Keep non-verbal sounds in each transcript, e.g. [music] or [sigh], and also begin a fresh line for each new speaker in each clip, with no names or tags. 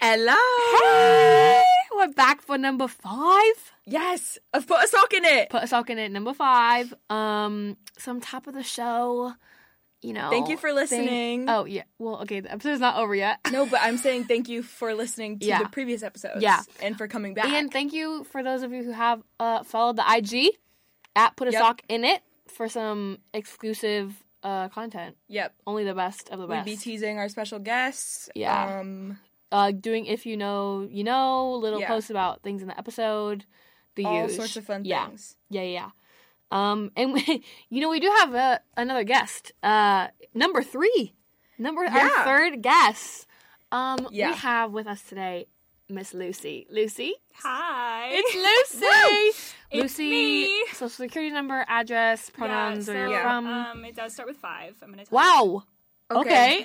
Hello.
Hey, we're back for number five.
Yes, I've put a sock in it.
Put a sock in it, number five. Um, so I'm top of the show. You know.
Thank you for listening.
oh yeah. Well, okay, the episode's not over yet.
No, but I'm saying thank you for listening to
Yeah.
the previous episodes.
Yeah.
And for coming back.
And thank you for those of you who have uh, followed the IG at Put a
Yep.
Sock in It for some exclusive uh, content.
yep.
Only the best of the
We'd
best.
be teasing our special guests.
Yeah.
Um,
uh, doing if you know, you know, little
Yeah.
posts about things in the episode. The
all
huge.
sorts of fun
yeah.
things.
Yeah, yeah. yeah. Um, and [laughs] we, you know, we do have a, another guest. Uh, number three, number
Yeah.
our third guest. Um,
Yeah.
we have with us today Miss Lucy. Lucy,
Hi.
it's Lucy.
It's
Lucy,
me.
social security number, address, pronouns,
yeah,
where
so,
you're from.
Um, it does start with five. I'm gonna. Tell You.
wow. Okay.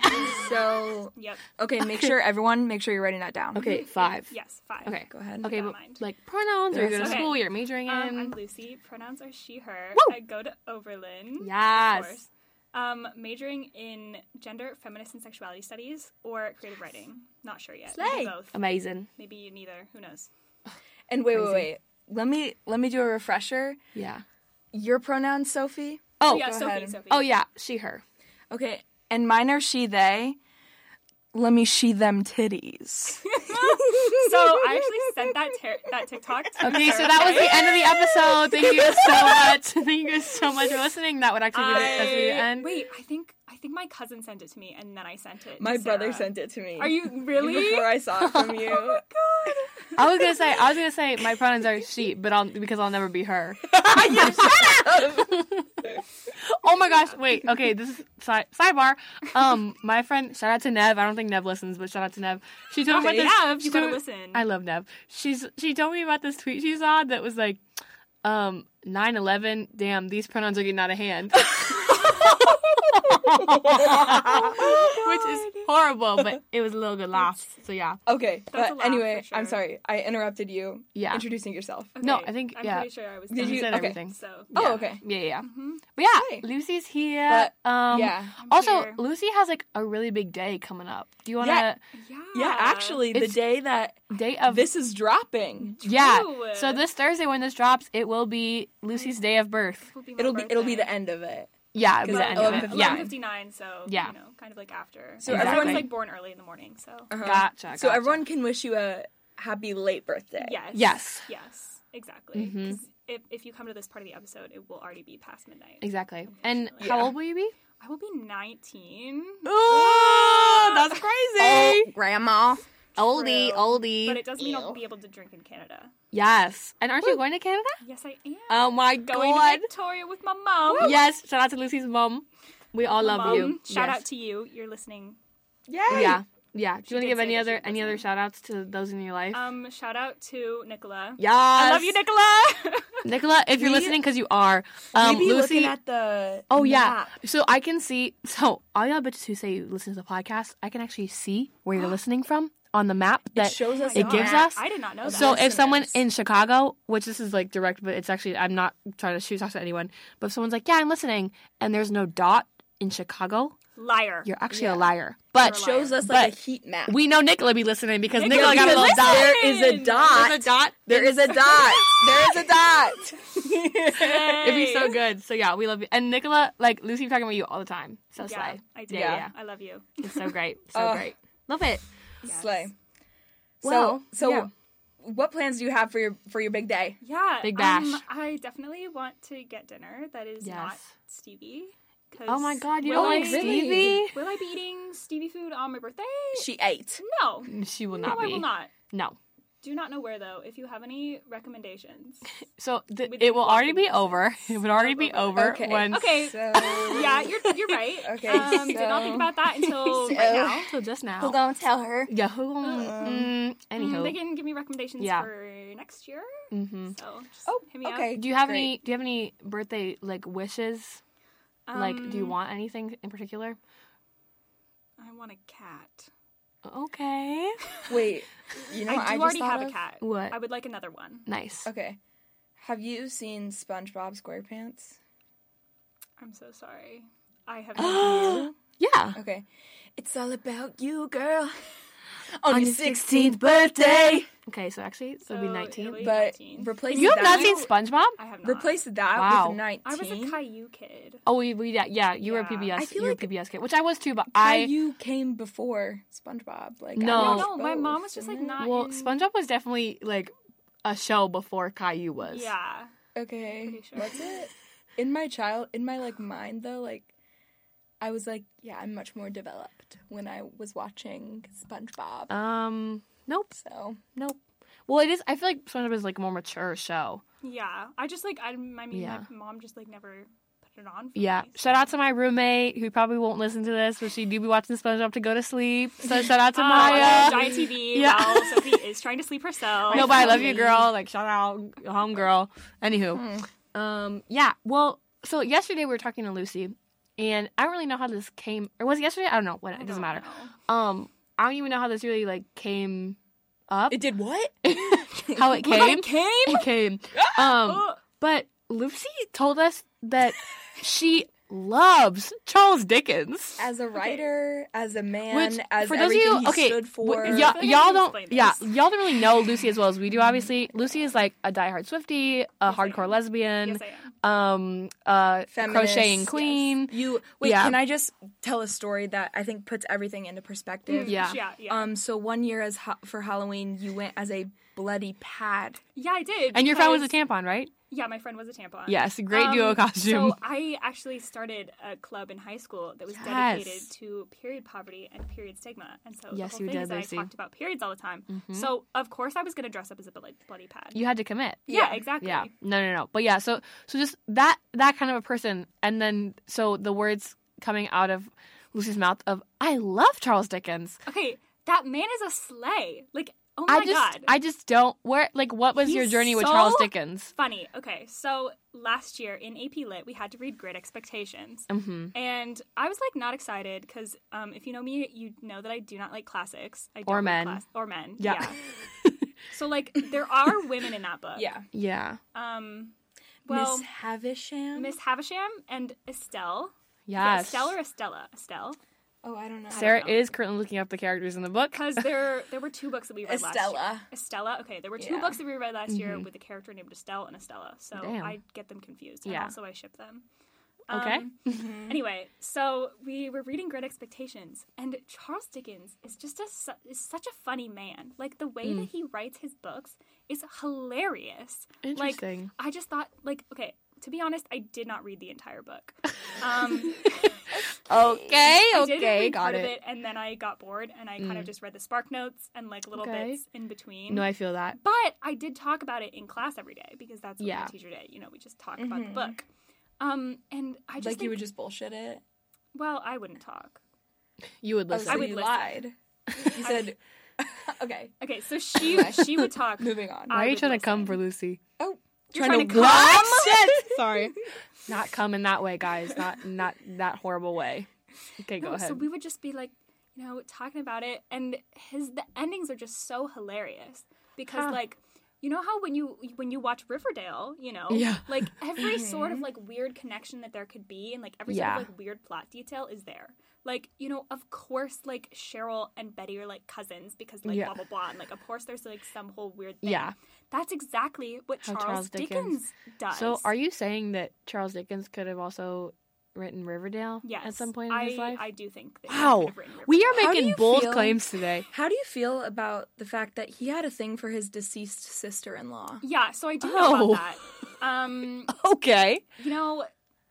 so,
Yep.
okay, make sure everyone, make sure you're writing that down.
Okay, five.
Yes, five.
Okay.
Go ahead.
Mm-hmm. Okay,
Never
but
mind.
like pronouns, or you go to
Okay.
school, you're majoring in.
Um, I'm Lucy. Pronouns are she/her.
Woo!
I go to Oberlin. of
Yes.
course. Um, majoring in gender, feminist, and sexuality studies, or creative writing. Not sure yet.
Slay.
Maybe both.
Amazing.
Maybe neither. Who knows?
And wait,
Crazy.
wait, wait. Let me let me do a refresher.
Yeah.
Your pronouns, Sophie.
Oh,
yeah,
go
Sophie.
ahead.
Sophie.
oh yeah, she, her.
Okay. And mine are she they. Let me she them titties.
[laughs]
So I actually sent that ter- that TikTok. To [laughs]
Okay,
her,
so that was
okay?
the end of the episode. Thank you guys
[laughs]
so much. Thank you guys so much for listening. That would actually be the, that's the
I-
end.
Wait, I think I think my cousin sent it to me, and then I sent it. to
My brother
Sarah.
sent it to me.
Are you really? Oh
Before I saw it
[laughs]
from you. [laughs]
I was gonna say I was gonna say my pronouns are she, but I'll because I'll never be her.
[laughs]
Oh my gosh! Wait. Okay, this is side, sidebar. Um, my friend, shout out to Nev. I don't think Nev listens, but shout out to Nev. She told me about
Hey,
this. [laughs]
Nev,
she
you
told
gotta
me-
listen.
I love Nev. She's she told me about this tweet she saw that was like, um, 9-11, Damn, these pronouns are getting out of hand.
[laughs]
Which [laughs]
Oh
is horrible, but it was a little good laugh. So yeah.
[laughs] okay.
That's a
But
laugh
anyway,
for
I'm
sure.
sorry. I interrupted you
Yeah.
introducing yourself.
No,
Okay,
I think-
I'm
yeah.
pretty sure I was.
Did
done.
You,
you-
said
okay.
everything.
So
Oh,
yeah.
okay.
Yeah, yeah.
Mhm.
But yeah,
Okay.
Lucy's here. um,
yeah.
I'm
Also,
here.
Lucy has like a really big day coming up. Do you want to
Yeah.
yeah,
Yeah, actually, the
It's-
day that
date of
this is dropping,
[laughs] Yeah.
True.
So this Thursday when this drops, it will be Lucy's day of birth.
It'll be, my
it'll be it'll be the
birthday.
end of it.
Yeah, it'll be the
Well,
end of it.
eleven
Yeah.
11:59, So
Yeah.
you know, kind of like after.
So
So
everyone-
everyone's like born early in the morning. So
Uh-huh.
Gotcha. gotcha.
So everyone can wish you a happy late birthday.
yes,
Yes. Mm-hmm.
yes, exactly. 'Cause If if you come to this part of the episode, it will already be past midnight.
Exactly. And
Unfortunately.
how
Yeah.
old will you be?
I will be 19,
Oh, that's
Oh,
crazy.
grandma.
oldie,
True.
oldie.
but it does mean I'll be able to drink in Canada.
yes. And aren't you going to Canada?
Yes, I am.
Oh my
Going
god.
to Victoria with my mom.
Yes. Shout out to Lucy's mom. We all love
Mom,
you.
Shout
Yes.
out to you. You're listening.
Yay.
Yeah. Yeah. Do you want to
did
give
say
any
that
other
she
any other
listened.
shout outs to those in your life?
Um, shout out to Nicola.
yes.
I love you, Nicola. [laughs]
Nicola, if you're
We-
listening, because you are. Um,
Maybe
Lucy,
looking at the
Oh yeah.
map.
So I can see. So all y'all bitches who say you listen to the podcast, I can actually see where you're listening from on the map that
it shows us
it
the
gives
map.
us-
I did not know that.
So if someone
listeners.
in Chicago, which this is like direct, but it's actually I'm not trying to shoot talk to anyone, but if someone's like, "Yeah, I'm listening," and there's no dot in Chicago,
liar.
you're actually a
Yeah.
liar. But
it
You're a
shows us like a
But
heat map.
we know Nicola be listening because Nicola,
Nicola
got
be
a little dot.
there is a
listening.
dot.
There's a dot.
There is a [laughs] dot. There is a dot. [laughs]
It'd be so good. So yeah, we love you. And Nicola, like Lucy, be talking about you all the time. So
Yeah,
slay.
I do.
Yeah, yeah.
I
[laughs]
love you.
It's so great. So
Oh.
great. Love it.
Yes.
Slay.
Well,
so, so
yeah.
what plans do you have for your for your big day?
Yeah.
Big bash.
Um, I definitely want to get dinner that is not
Yes.
Stevie. 'cause
Oh my god, you
will
don't like
I-
really?
Stevie?
Will I be eating Stevie food on my birthday?
She
[laughs]
ate.
No.
She will
No,
not
I
be.
will not.
No.
Do not know where though. If you have any
[laughs]
recommendations,
So th-
Within
it will already be
walking
over. It would already be over
Okay.
when [laughs]
Okay.
So, [laughs]
yeah, you're you're right.
Okay,
Um, did not
so-
think about
[laughs]
that until
So-
right now.
until just now.
gonna tell her?
Yeah, who?
Um,
Mm,
Mm, they
anywho.
can give me recommendations
Yeah.
for next year.
hmm
So just
Oh,
hit me up.
okay.
Do you have
Great.
any? Do you have any birthday like wishes? like, do you
Um,
want anything in particular?
I want a cat.
Okay.
Wait, you know what
I do
just
already
thought
have
of?
a cat.
What?
I would like another one.
Nice.
Okay, have you seen SpongeBob SquarePants?
I'm so sorry.
[gasps]
I have. no idea.
Yeah.
Okay, it's all about you, girl.
Oh,
on, your 16th birthday.
Okay, so actually, so it'll be
So
19.
it'll
But
19.
replace
You have
that,
not seen SpongeBob?
I have not.
replace that
Wow.
with 19.
I was a Caillou kid.
Oh, we, we, yeah, yeah, you were a
Yeah.
PBS.
I feel
you were
like-
a PBS kid, which I was too, but I.
you came before SpongeBob. Like I
No.
No,
watched
no, my
both,
mom was just like
didn't I?
not.
Oh, Well,
in-
SpongeBob was definitely like a show before Caillou was.
Yeah,
Okay,
Pretty sure.
what's it? In my child, in my like mind though, like I was like, yeah, I'm much more developed when I was watching SpongeBob.
Um, nope,
so
nope. Well, it is. I feel like SpongeBob is like a more mature show.
yeah. I just like I, I mean,
Yeah.
my mom just like never put it on. For
Yeah.
me, so-
Shout out to my roommate who probably won't listen to this, but she do be watching SpongeBob to go to sleep. So shout out to
Uh,
Maya.
giant TV.
Yeah.
While Sophie is trying to sleep herself.
no, but I love you, girl. Like shout out, home girl. Anywho, um, yeah. Well, so yesterday we were talking to Lucy, and I don't really know how this came. Or was it yesterday? I don't know. What it doesn't matter. Um, I don't even know how this really like came up.
it did what?
[laughs] how
[laughs]
it came.
came? [laughs]
It came. Um,
Oh,
but Lucy told us that she loves Charles Dickens.
As a writer, as a man,
Which,
as
for those of
everything
you,
he
okay,
stood
w-
for.
y'all-
I feel like
y'all
I need to
don't,
explain
yeah,
this.
y'all don't really
[laughs]
know Lucy as well as we do. Obviously, Lucy is like a diehard Swifty, a
I
hardcore
am.
lesbian,
Yes, I am.
um, a
Feminist,
crocheting
yes.
queen.
You wait.
Yeah.
Can I just tell a story that I think puts everything into perspective?
Yeah.
yeah, yeah.
Um. So one year as ha- for Halloween, you went as a bloody pad.
yeah, I did.
And your friend was a
because-
tampon, right?
Yeah, my friend was a tampon.
Yes, great duo
Um,
costume.
So I actually started a club in high school that was
Yes.
dedicated to period poverty and period stigma, and so
Yes,
the whole
you
thing
did,
is that
Lucy. Mm-hmm.
I talked about periods all the time. So of course I was going to dress up as a bloody, bloody pad.
you had to commit.
yeah,
yeah,
exactly.
Yeah. No, no, no. But yeah, so so just that that kind of a person and then so the words coming out of Lucy's mouth of I love Charles Dickens.
Okay, that man is a sleigh. Like, oh my
I just
god.
I just don't where like what was
He's
your journey with
so-
Charles Dickens?
Funny. Okay, so last year in AP Lit, we had to read Great Expectations.
Mhm.
And I was like not excited because um, if you know me, you know that I do not like classics. I
Or
don't like
men.
class- or men.
Yeah. [laughs]
so like there are women in that book.
Yeah.
Yeah.
Um, well,
Miss Havisham.
Miss Havisham and Estelle. Yeah,
Yes.
Estelle or Estella? Estelle.
oh, I don't know.
Sarah
know.
is currently looking up the characters in the book.
Because there there were two books that we read last year.
Estella.
Estella. Okay, there were two
Yeah.
books that we read last year with a character named Estelle and Estella. So
Mm-hmm. Damn.
I get them confused. And
Yeah.
also I ship them.
Okay.
Um,
Mm-hmm.
Anyway, so we were reading Great Expectations, and Charles Dickens is just a su- is such a funny man. Like the
Mm.
way that he writes his books is hilarious.
Interesting.
Like I just thought, like okay, to be honest, I did not read the
[laughs]
entire book. Um,
Okay,
I did
okay,
read
got
part
it. Mm.
of it, and then I got bored, and I kind of just read the spark notes and like little
Okay.
bits in between.
No, I feel that.
But I did talk about it in class every day because that's what
Yeah. Mm-hmm.
my teacher did. You know, we just talk about the book. Um, and I just
Like you
think-
would just bullshit it.
well, I wouldn't talk.
You would
Oh, so
listen.
I would
you
listen.
lied.
[laughs]
You said. [laughs] okay.
[laughs]
Okay, so she she would talk.
Moving on.
Why are
I
you
would
trying to come for
listen.
Lucy?
oh.
You're trying to
come?
come?
[laughs] Shit.
[laughs]
Sorry. Not come in that way, guys. Not not that horrible way. Okay, go
No,
ahead.
So we would just be like, you know, talking about it, and his the endings are just so hilarious because
Huh.
like. You know how when you when you watch Riverdale, you know,
Yeah. Mm-hmm.
like every sort of like weird connection that there could be, and like every
Yeah.
sort of like weird plot detail is there. Like you know, of course, like Cheryl and Betty are like cousins because like
Yeah.
blah blah blah, and like of course there's like some whole weird thing.
Yeah.
that's exactly what
How
Charles,
Charles Dickens-
Dickens, does.
So, are you saying that Charles Dickens could have also written Riverdale
Yes.
at some point in
I,
his life?
I do think that.
Wow. we are
How do
making
you
bold
feel-
claims
[laughs]
today.
How do you feel about the fact that he had a thing for his deceased sister-in-law?
Yeah, so I do know
Oh.
about that. Um,
Okay.
you know,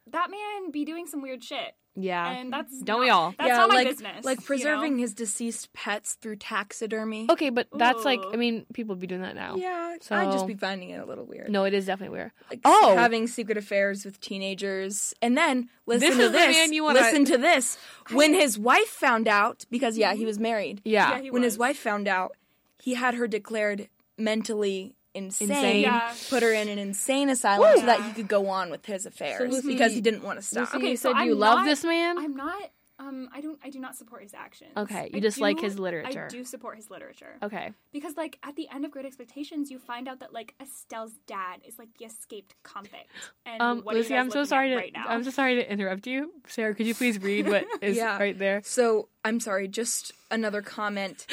that man be doing some weird shit,
Yeah.
and that's
Don't
not-
we all?
That's not my
like,
business.
Like
you know?
preserving his deceased pets through taxidermy.
okay, but that's like, I
Ooh.
mean, people be doing that now.
Yeah, I'd
So-
just be finding it a little weird.
No, it is definitely weird.
Like,
Oh.
having secret affairs with teenagers, and then listen
This
to
is the
this.
man you wanna-
listen to this. When his wife found out, because yeah, he was married.
Yeah.
Yeah, he
when his
was.
wife found out, he had her declared mentally insane,
Insane.
Yeah.
put her in an insane asylum so that he could go on with his affairs
Lucy-
because he didn't want to stop.
So
Okay,
you
so
said you
I'm
love
not-
this man?
I'm not. Um, I don't. I do not support his actions.
Okay, you
I
just
do-
like his literature.
I do support his literature
okay.
because, like, at the end of Great Expectations, you find out that like Estelle's dad is like the escaped convict. And
Um,
what are you
Lucy,
guys
I'm so
looking at
sorry to
right now? [laughs]
I'm so sorry to interrupt you. Sarah, could you please read what is
Yeah.
right there?
So I'm sorry, just another comment.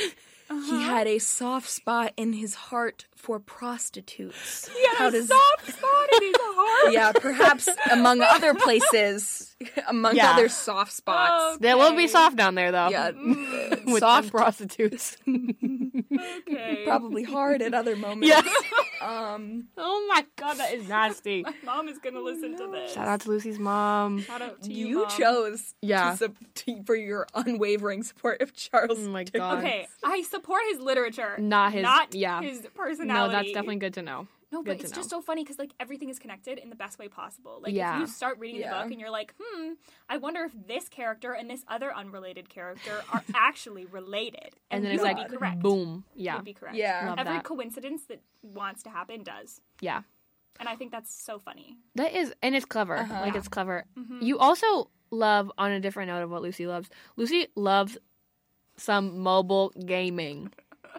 Uh-huh.
He had a soft spot in his heart for prostitutes.
He had
How
a
does-
soft spot
[laughs]
in his heart.
Yeah, perhaps among other places, among
Yeah.
other soft
Oh,
spots.
There will be
Okay.
soft down there though.
Yeah,
[laughs] With soft
soft,
prostitutes.
Okay.
probably hard at other moments.
[laughs]
[laughs]
yeah.
Um,
Oh my god, that is nasty.
Mom is gonna listen to this.
Shout out to Lucy's mom.
Shout out to you.
you,
Mom.
chose
Yeah.
to sup- to- for your unwavering support of Charles.
Oh my
Dickens.
God.
Okay, I support his literature,
Not his-
not
yeah.
his
No,
personality.
that's definitely good to know.
no,
good
but
to
it's
know.
just so funny because like everything is connected in the best way possible. Like
Yeah.
if you start reading the
Yeah.
book and you're like, hmm, I wonder if this character and this other unrelated character
[laughs]
are actually related,
And, then
you
it's
would
like
be correct.
boom. Yeah.
You'd be correct.
Yeah.
Love
every
that.
coincidence that wants to happen does,
Yeah.
and I think that's so funny.
That is and it's clever.
Uh-huh.
Like it's clever.
Mm-hmm.
You also love on a different note of what Lucy loves. Lucy loves some mobile gaming.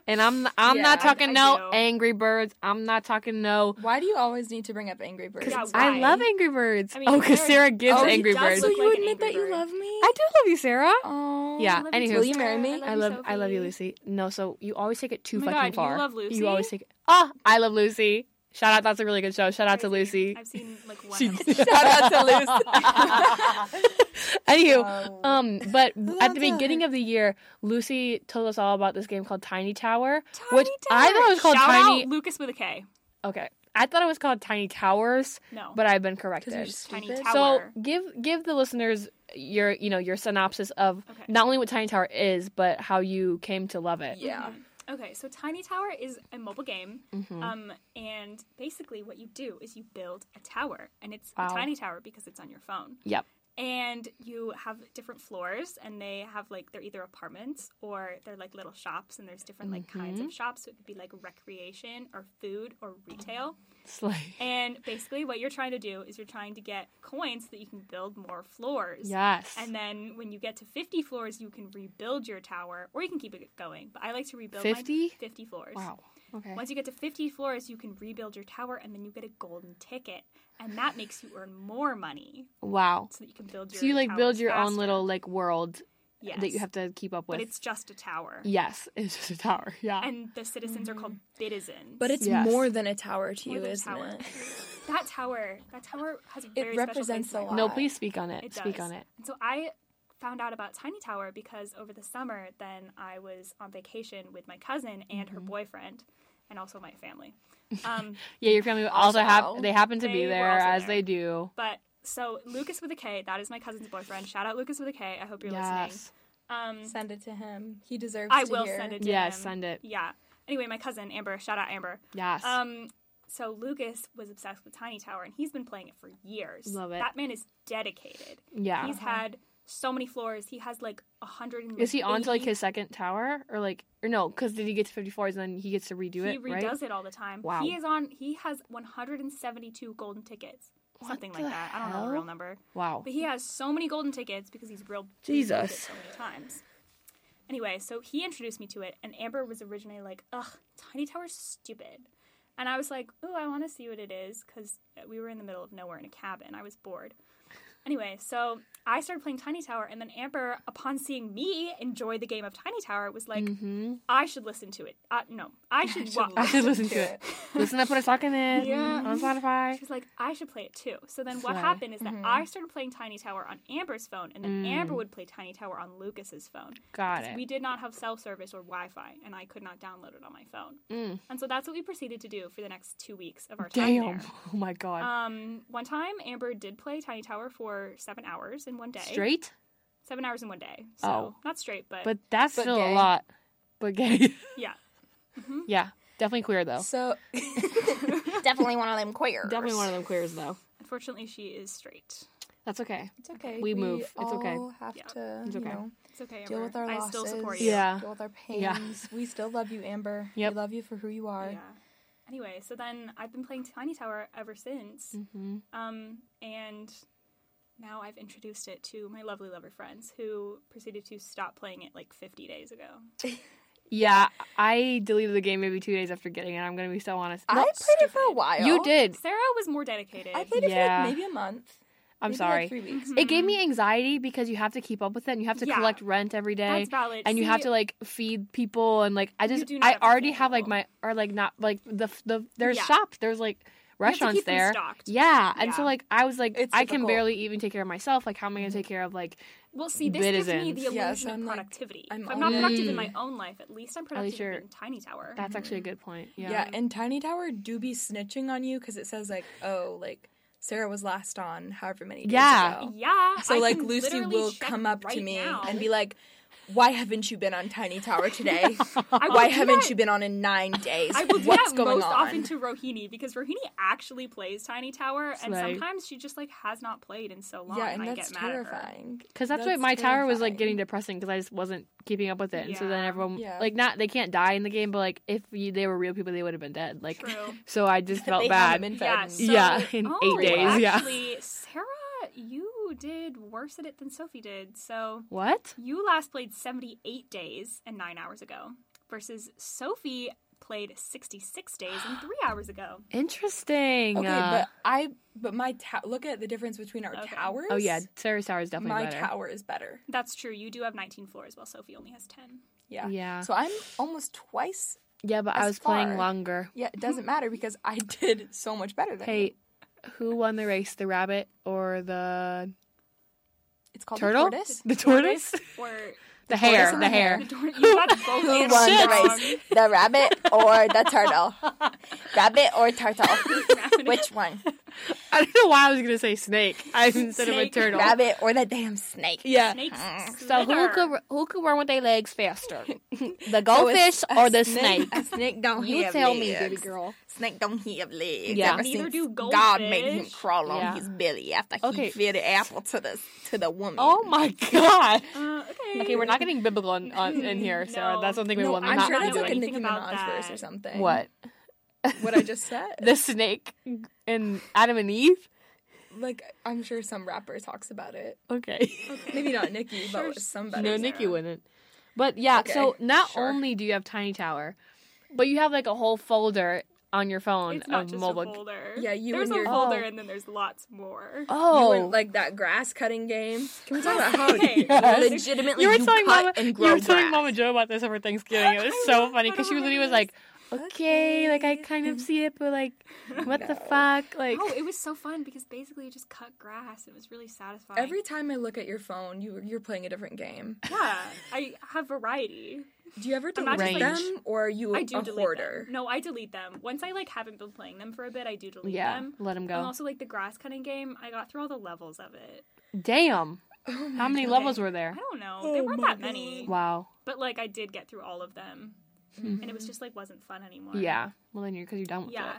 And
[laughs]
I'm I'm
Yeah,
not
I-
talking
I
no
do.
Angry Birds. I'm not talking no
Why do you always need to bring up Angry Birds?
Yeah, why?
I love Angry Birds.
I mean,
oh, because
Sarah-
Sarah gives
Oh, he
Angry
does
Birds.
So
look
you
like an
admit that
angry
you
bird.
love me?
I do love you, Sarah.
Oh.
Yeah,
I love
anywho.
too,
Will you
Sarah.
marry me?
I love
you,
I love you,
Sophie.
Lucy. No, so you always take it too
Oh my
fucking
God, you
far.
love Lucy?
always take it. Oh, I love Lucy. Shout out, that's a really good show. Shout out to Lucy.
I've seen
[laughs]
like one. [laughs]
She-
episode.
Shout out to Lucy.
[laughs] Anywho,
Oh.
um, but at the
Love
beginning
it.
of the year, Lucy told us all about this game called Tiny Tower,
Tiny
which I thought it was called
Shout
Tiny.
Out Lucas with a K.
Okay, I thought it was called Tiny Towers,
No,
but I've been
'Cause you're
corrected.
Tiny
stupid.
Tower.
So give give the listeners your you know your synopsis of
Okay.
not only what Tiny Tower is, but how you came to love it.
Yeah.
Okay, so Tiny Tower is a mobile game,
Mhm.
um, and basically what you do is you build a tower, and it's
Wow.
a tiny tower because it's on your phone.
Yep.
And you have different floors, and they have like they're either apartments or they're like little shops, and there's different like kinds of shops. So it could be like recreation or food or retail.
Slay.
And basically, what you're trying to do is you're trying to get coins so that you can build more floors.
Yes.
And then when you get to 50 floors, you can rebuild your tower, or you can keep it going. But I like to rebuild
50?
my 50 floors.
wow. Okay.
Once you get to 50 floors, you can rebuild your tower, and then you get a golden ticket, and that makes you earn more money
Wow.
so that you can build your.
So you like build
towers
your own
faster.
little like world
yes.
that you have to keep up with.
But it's just a tower,
yes, [laughs] it's just a tower. Yeah.
and the citizens are called
Mm.
bitizens.
But it's
Yes.
more than a tower to
More
you,
than a
isn't
tower. Mm-hmm.
it?
that tower, that tower has a very special
represents
place in
a
my
lot.
no,
why.
please speak on it.
It
speak
does.
on it.
And so I found out about Tiny Tower because over the summer, then I was on vacation with my cousin and
Mm-hmm.
her boyfriend, and also my family.
[laughs]
Um,
Yeah, your family also,
wow.
have they happen to
They
be
were
there
also
as
there.
they do.
but so Lucas with a K, that is my cousin's boyfriend. Shout out Lucas with a K. I hope you're listening.
Yes.
Um,
Send it to him. He deserves
I
to
will
hear.
send it to
Yes,
him.
send it.
Yeah. Anyway, my cousin Amber. Shout out Amber.
Yes.
Um, so Lucas was obsessed with Tiny Tower, and he's been playing it for years.
Love it.
That man is dedicated.
yeah.
He's had so many floors. He has like a hundred. and,
is he on to like
80
his second tower or like or no? Because did he get to fifty fours and then he gets to redo
he
it?
redoes
right?
it all the time.
Wow.
He is on. He has 172 golden tickets,
What
something
the
like that. I don't know
hell?
the real number,
Wow.
but he has so many golden tickets because he's real. he's played
Jesus.
it so many times. Anyway, so he introduced me to it, and Amber was originally like, "Ugh, Tiny Tower's stupid," and I was like, "Ooh, I want to see what it is," because we were in the middle of nowhere in a cabin. I was bored. Anyway, so I started playing Tiny Tower, and then Amber, upon seeing me enjoy the game of Tiny Tower, was like, [laughs]
Mm-hmm.
"I should listen to it. Uh, no, I should, watch."
[laughs] I should listen to it. Listen up, put a sock in it mm-hmm,
Yeah.
on Spotify.
She's like, I should play it too. So then what
Slay.
happened is that I started playing Tiny Tower on Amber's phone, and then Amber would play Tiny Tower on Lucas's phone.
Got
'Cause
it.
We did not have cell service or Wi Fi, and I could not download it on my phone.
Mm.
And so that's what we proceeded to do for the next two weeks of our time.
Damn.
there.
[laughs] Oh my god.
Um, one time, Amber did play Tiny Tower for seven hours in one day.
Straight,
Seven hours in one day. So
Oh.
not straight, but,
but that's
But
still a
gay.
lot. But gay. [laughs]
yeah. Mm-hmm.
yeah, definitely queer though.
So [laughs] definitely one of them queers.
Definitely one of them queers though.
Unfortunately, she is straight.
That's okay.
It's okay.
We move. It's okay.
all Have
Yeah.
to
It's
you
okay.
know,
It's okay, Amber.
deal with our
I
losses.
still support you.
Yeah.
Deal with our pains.
Yeah.
We still love you, Amber.
Yep.
We love you for who you are.
Yeah. Anyway, so then I've been playing Tiny Tower ever since.
Mm-hmm.
Um, and now I've introduced it to my lovely lover friends who proceeded to stop playing it like 50 days ago.
Yeah, I deleted the game maybe two days after getting it. I'm gonna be so honest.
I
No,
played it for a while.
you did.
Sarah was more dedicated.
I played it
Yeah.
for like maybe a month.
I'm
Maybe, like,
sorry. Mm-hmm.
three weeks.
It gave me anxiety because you have to keep up with it and you have to
Mm-hmm. Yeah.
collect rent every day.
That's valid.
and you have
See,
to like feed people and like I just
do not
I
have the
already
full
have like
bill.
my or like not like the the there's
Yeah.
shops there's like
you have to
restaurants
keep them
there.
stocked.
Yeah, and so
Yeah. Mm-hmm.
like I was like
It's
I can
difficult.
barely even take care of myself. Like how am I gonna take care of like
Well, see, this gives me the
Citizens.
illusion
Yes,
of
I'm, like,
productivity.
I'm
if I'm not
all-
productive in
Mm.
my own life, at least I'm productive
you're-
in Tiny Tower.
that's actually
Mm-hmm.
a good point. Yeah.
Yeah. and Tiny Tower do be snitching on you because it says like, oh, like Sarah was last on however many days
Yeah.
ago.
yeah.
So
I
like
can
Lucy
literally
will
check
come up to
right
me
now.
and be like, why haven't you been on Tiny Tower
[laughs]
today? [laughs]
I will
Why
do
haven't
that-
you been on in nine days?
[laughs] I will do
What's
that
going
most
on?
often to Rohini because Rohini actually plays Tiny Tower, and
like-
sometimes she just like has not played in so long,
yeah, and
I
that's
get mad at her.
terrifying.
Because that's, what my tower was like getting depressing because I just wasn't keeping up with it, and so then
Yeah.
everyone
Yeah.
like not they can't die in the game, but like if you, they were real people, they would have been dead. Like
True.
[laughs] so,
[laughs]
I just felt
They
bad.
haven't been
Yeah,
fed.
so, [laughs]
Yeah, [laughs] in
oh,
eight
days,
yeah.
Actually, Sarah, you did worse at it than Sophie did. So
what?
you last played 78 days and nine hours ago versus Sophie played 66 days and three hours ago.
Interesting.
Okay,
uh,
but I but my ta- look at the difference between our
Okay.
towers.
oh yeah, Sarah's tower is
my
definitely better.
tower is better.
That's true. You do have 19 floors while Sophie only has 10.
Yeah.
Yeah.
So I'm almost twice.
yeah, but I
as
was
far.
playing longer.
Yeah, it doesn't matter because I [laughs] did so much better than you.
Hey, who won the race, the rabbit or the
It's called
turtle?
the tortoise.
The tortoise? [laughs]
Or
The hare.
tortoise and
The
the hare.
hare.
the door, [laughs] you got both
Who won
answers
the
wrong.
race?
[laughs]
The rabbit or the turtle? rabbit or turtle?
[laughs] Rabbit.
Which one?
I don't know why I was gonna say snake
[laughs]
I- instead of a
Snake.
turtle.
Rabbit or the damn snake?
Yeah.
[laughs]
Snakes.
So who
slither.
could who could run with their legs [laughs] faster, the
So
goldfish
Oh, it's- a
or [laughs] the snake?
A snake don't
You
have
tell
legs.
me, baby girl.
Snake don't have legs.
Yeah.
Ever
Neither
since
do
God made him
goldfish.
crawl on
Yeah.
his belly after
Okay.
he fed the apple to the to the woman.
Oh my god.
Uh, okay.
Okay, we're not getting biblical on, on, in here, so
No.
that's something we
no,
will
I'm
not
sure
know
that's like a
do.
anything
Nicki
about
Minaj verse
that.
or something.
What
[laughs] What I just said.
the snake and Adam and Eve?
like I'm sure some rapper talks about it.
Okay.
Maybe not Nicki,
Sure,
but somebody.
[laughs] No,
Sarah.
Nikki wouldn't. But yeah,
Okay,
so not
sure.
only do you have Tiny Tower, but you have like a whole folder on your phone
It's not
of
just
mobile.
a folder.
Yeah, you
There's
and
a
your-
folder,
Oh.
and then there's lots more.
You
oh,
were, like that grass cutting game. Can we talk about how
Okay.
[laughs] Yes.
legitimately
you were
you
telling
cut
Mama,
and
you
grow
were telling
grass?
Mama Joe about this over Thanksgiving. It was so funny because she was literally was like, okay, like I kind of see it, but like, what the fuck, like.
Oh, it was so fun because basically you just cut grass. It was really satisfying. [laughs]
Every time I look at your phone, you you're playing a different game.
yeah, I have variety.
Do you ever
not
delete
just, like-
them, or are you
I do
a
delete
hoarder?
them. No, I delete them. Once I like haven't been playing them for a bit, I do
[laughs]
delete
Yeah,
them.
let 'em go.
And also like the grass cutting game, I got through all the levels of it.
Damn.
Oh
How many levels were
I
there?
don't know.
Oh
there weren't
my
that many.
Wow.
But like I did get through all of them. And it was just like wasn't fun anymore.
Yeah. Well, then you're because you're done with
Yeah.
it.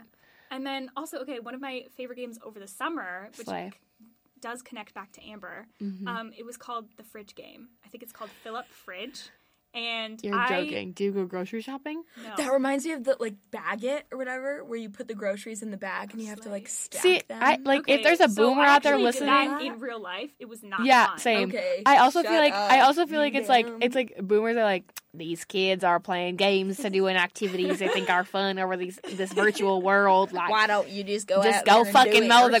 And then also, okay, one of my favorite games over the summer, which
Slay. Mm-hmm.
c- does connect back to Amber, um, it was called the Fridge Game. I think it's called Fill Up Fridge. And
You're
I,
joking. Do you go grocery shopping?
No.
That reminds me of the like bag it or whatever, where you put the groceries in the bag and you have to like stack
See,
them.
I like if
Okay,
there's a
so
boomer
I
out there
actually
listening.
Did that in real life, it was not.
Yeah,
fun.
same.
Okay,
I also
shut
feel like I
up,
also feel like
you
it's like
dumb.
it's like boomers are like these kids are playing games to
[laughs]
doing activities they think are fun over these this virtual
[laughs]
world like
Why don't you just go
just
out
go
there and do
fucking
it
mow the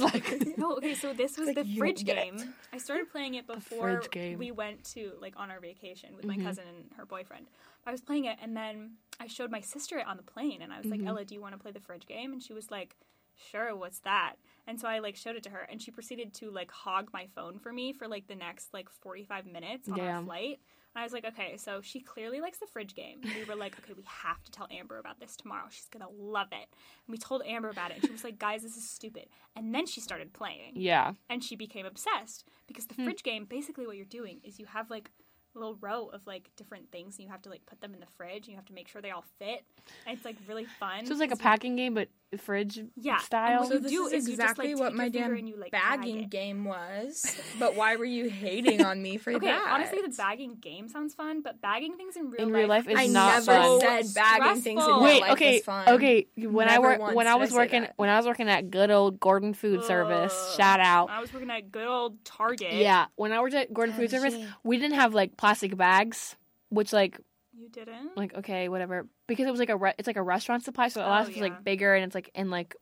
[laughs] yourself?
like
[laughs] No, okay, so this was
like
the
you
fridge
get
game. I started playing it before
fridge game.
we went to like on our vacation with my cousin and her boyfriend. I was playing it and then I showed my sister it on the plane and I was like, "Ella, do you want to play the fridge game?" and she was like, "Sure, what's that?" And so I like showed it to her and she proceeded to like hog my phone for me for like the next like 45 minutes on our
Damn.
flight. And I was like, okay, so she clearly likes the fridge game. And we were like, okay, we have to tell Amber about this tomorrow. She's gonna love it. And we told Amber about it, and she was like, guys, this is stupid. And then she started playing
yeah
and she became obsessed because
Hmm.
the fridge game basically what you're doing is you have like a little row of like different things and you have to like put them in the fridge and you have to make sure they all fit and it's like really fun
so it's like a
'cause you-
packing game but fridge
yeah and
style
what you
So this
do
is
is you just, like,
exactly what
take
my
your finger
damn
and you, like, drag
bagging
it.
game was. But why were you hating on me for
[laughs] okay
that?
honestly the bagging game sounds fun but bagging things in real
In real life
I never
is not fun.
said bagging things in
stressful.
real
wait
life
okay
was fun.
okay when I
Never
work
once
when I
did I
was
say
working
that.
when I was working at good old Gordon Food Service
Ugh.
shout out
i was working at good old target
yeah when I worked at Gordon Food Service we didn't have like plastic bags which like
you didn't
like okay whatever because it was like a re- it's like a restaurant supply so a
Oh,
lot of it's
yeah.
like bigger and it's like in like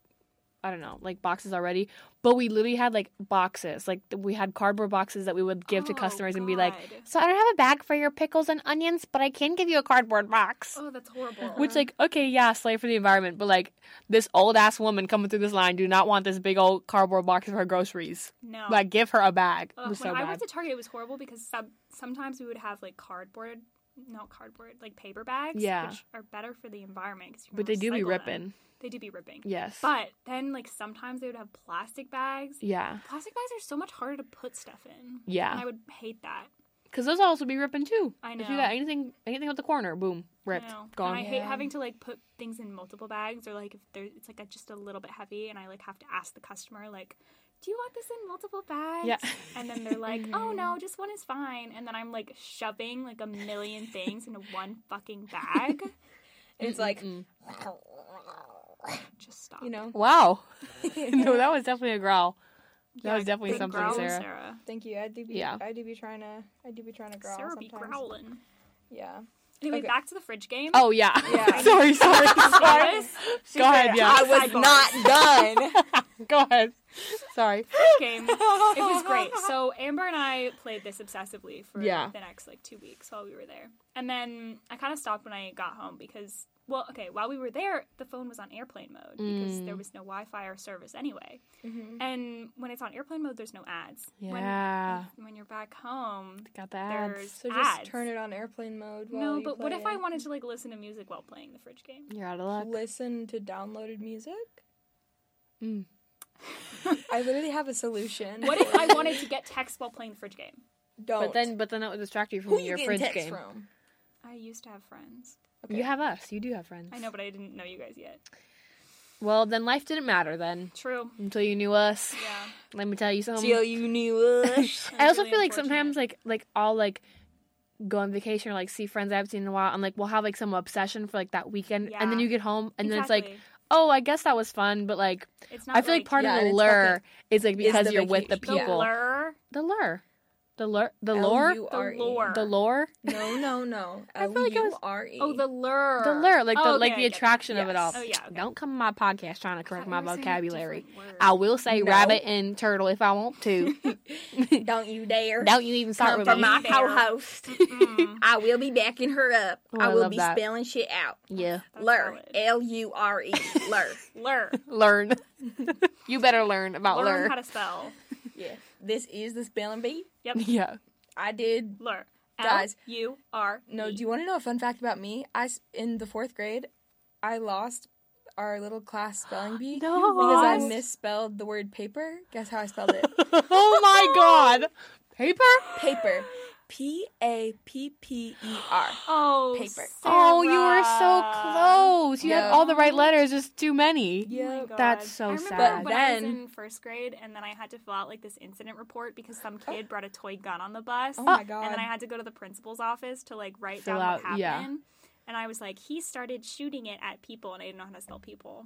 I don't know, like boxes already, but we literally had like boxes. Like th- we had cardboard boxes that we would give to
Oh,
customers and be like,
God.
"So I don't have a bag for your pickles and onions, but I can give you a cardboard box."
Oh, that's horrible.
Which like, okay, yeah, slay for the environment, but like this old ass woman coming through this line do not want this big old cardboard box for her groceries.
no.
Like give her a bag. it
Oh. Ugh, when
was so
I
bad.
went to Target, it was horrible because sub- sometimes we would have like cardboard, not cardboard, like paper bags,
Yeah.
which are better for the environment. 'cause you can
but they do be
recycle them.
ripping.
They do be ripping.
Yes.
But then, like sometimes they would have plastic bags.
yeah.
Plastic bags are so much harder to put stuff in.
Yeah.
and I would hate that.
Because those also be ripping too.
I
If you
know.
got anything, anything with the corner, boom,
You
ripped,
know?
gone.
And I hate
Yeah.
having to like put things in multiple bags or like if there it's like a, just a little bit heavy, and I like have to ask the customer like. Do you want this in multiple bags?
Yeah. [laughs]
And then they're like, oh no, just one is fine. And then I'm like shoving like a million things into one
[laughs]
fucking bag.
It's like,
Just stop.
you
[laughs]
know, [laughs]
Wow. no, that was definitely a growl. That was definitely
big
something,
growl,
Sarah.
Sarah,
thank you. I do be,
Yeah.
I do be trying to, I do be trying to growl
Sarah be
sometimes.
growling.
Yeah.
Anyway,
Okay.
back to the fridge game.
Oh yeah.
Yeah.
[laughs] sorry,
[laughs]
sorry, [laughs] sorry.
Yes,
Go ahead, yeah.
I was [laughs] not
done.
[laughs] Go ahead. Sorry.
fridge game. It was great. So Amber and I played this obsessively for
Yeah.
the next like two weeks while we were there, and then I kind of stopped when I got home because well, okay, while we were there, the phone was on airplane mode because
Mm.
there was no Wi-Fi or service anyway.
Mm-hmm.
And when it's on airplane mode, there's no ads.
Yeah.
When, when you're back home,
Got the ads.
there's
So just
ads.
turn it on airplane mode. While
No,
you
but what
play
if I
it.
wanted to like listen to music while playing the fridge [laughs] game?
You're out of luck.
listen to downloaded music?
Mm.
I literally have a solution.
What if I wanted to get text while playing the fridge game?
[laughs] Don't.
But then, but then that would distract you from
who you
your
getting
fridge
text
game.
from?
I used to have friends.
You have us. You do have friends.
I know, but I didn't know you guys yet.
Well, then life didn't matter then
True.
until you knew us.
Yeah.
Let me tell you something.
you
E
knew us.
I
That's
also
really
feel like
unfortunate.
sometimes like like I'll like go on vacation or like see friends I haven't seen in a while and like we'll have like some obsession for like that weekend and then
Yeah.
you get home and then it's like
Exactly.
oh I guess that was fun but like
it's
I feel like part
Yeah,
of
and
the
it's
lure is like because
the
you're with the
vacation.
the
people
blur.
the lure the lure [laughs] the lure
L-U-R-E.
The lore.
the lure
E. No, no,
[laughs]
no. L
feel like I was-
U R E.
Oh, the lure.
the lure like the
Oh,
like
okay,
the
I get
attraction
that.
of it all.
Oh yeah. okay.
Don't come to my podcast trying to correct
I
my
thought you were saying a
vocabulary.
different word.
I will say
No.
rabbit and turtle if I want
[laughs]
to. [laughs]
Don't you dare.
Don't you even start
Come
with
for
me.
my
Dare.
co-host.
Mm,
[laughs]
[laughs]
I will be backing her up.
Oh, I
I will
love
be
that.
spelling shit out.
Yeah.
that's
Lur.
valid.
L U R E.
[laughs]
Lur.
Lure. [laughs]
learn. you better learn about
Learn
[laughs] lure.
how to spell.
Yeah. This is the spelling bee.
Yep.
[laughs] yeah.
I did.
Lure.
Guys.
L U R.
No,
E.
do you want to know a fun fact about me? I s- in the fourth grade, I lost our little class spelling
[gasps]
bee
[laughs] No.
because I
Lost?
misspelled the word paper. Guess how I spelled
[laughs]
it?
oh
[laughs]
my god. Paper?
paper. P A P P E R.
Oh,
Paper.
Sarah.
Oh, you were so close. You had
Yeah.
all the right letters, just too many.
Oh my
Yeah.
God.
That's so
I remember
sad.
When I
But
was
then-
in first grade, and then I had to fill out like this incident report because some
Oh.
kid brought a toy gun on the bus.
Oh my
And
god.
then I had to go to the principal's office to like write
Fill
down what
out-
happened.
yeah.
And I was like, he started shooting it at people, and I didn't know how to spell people.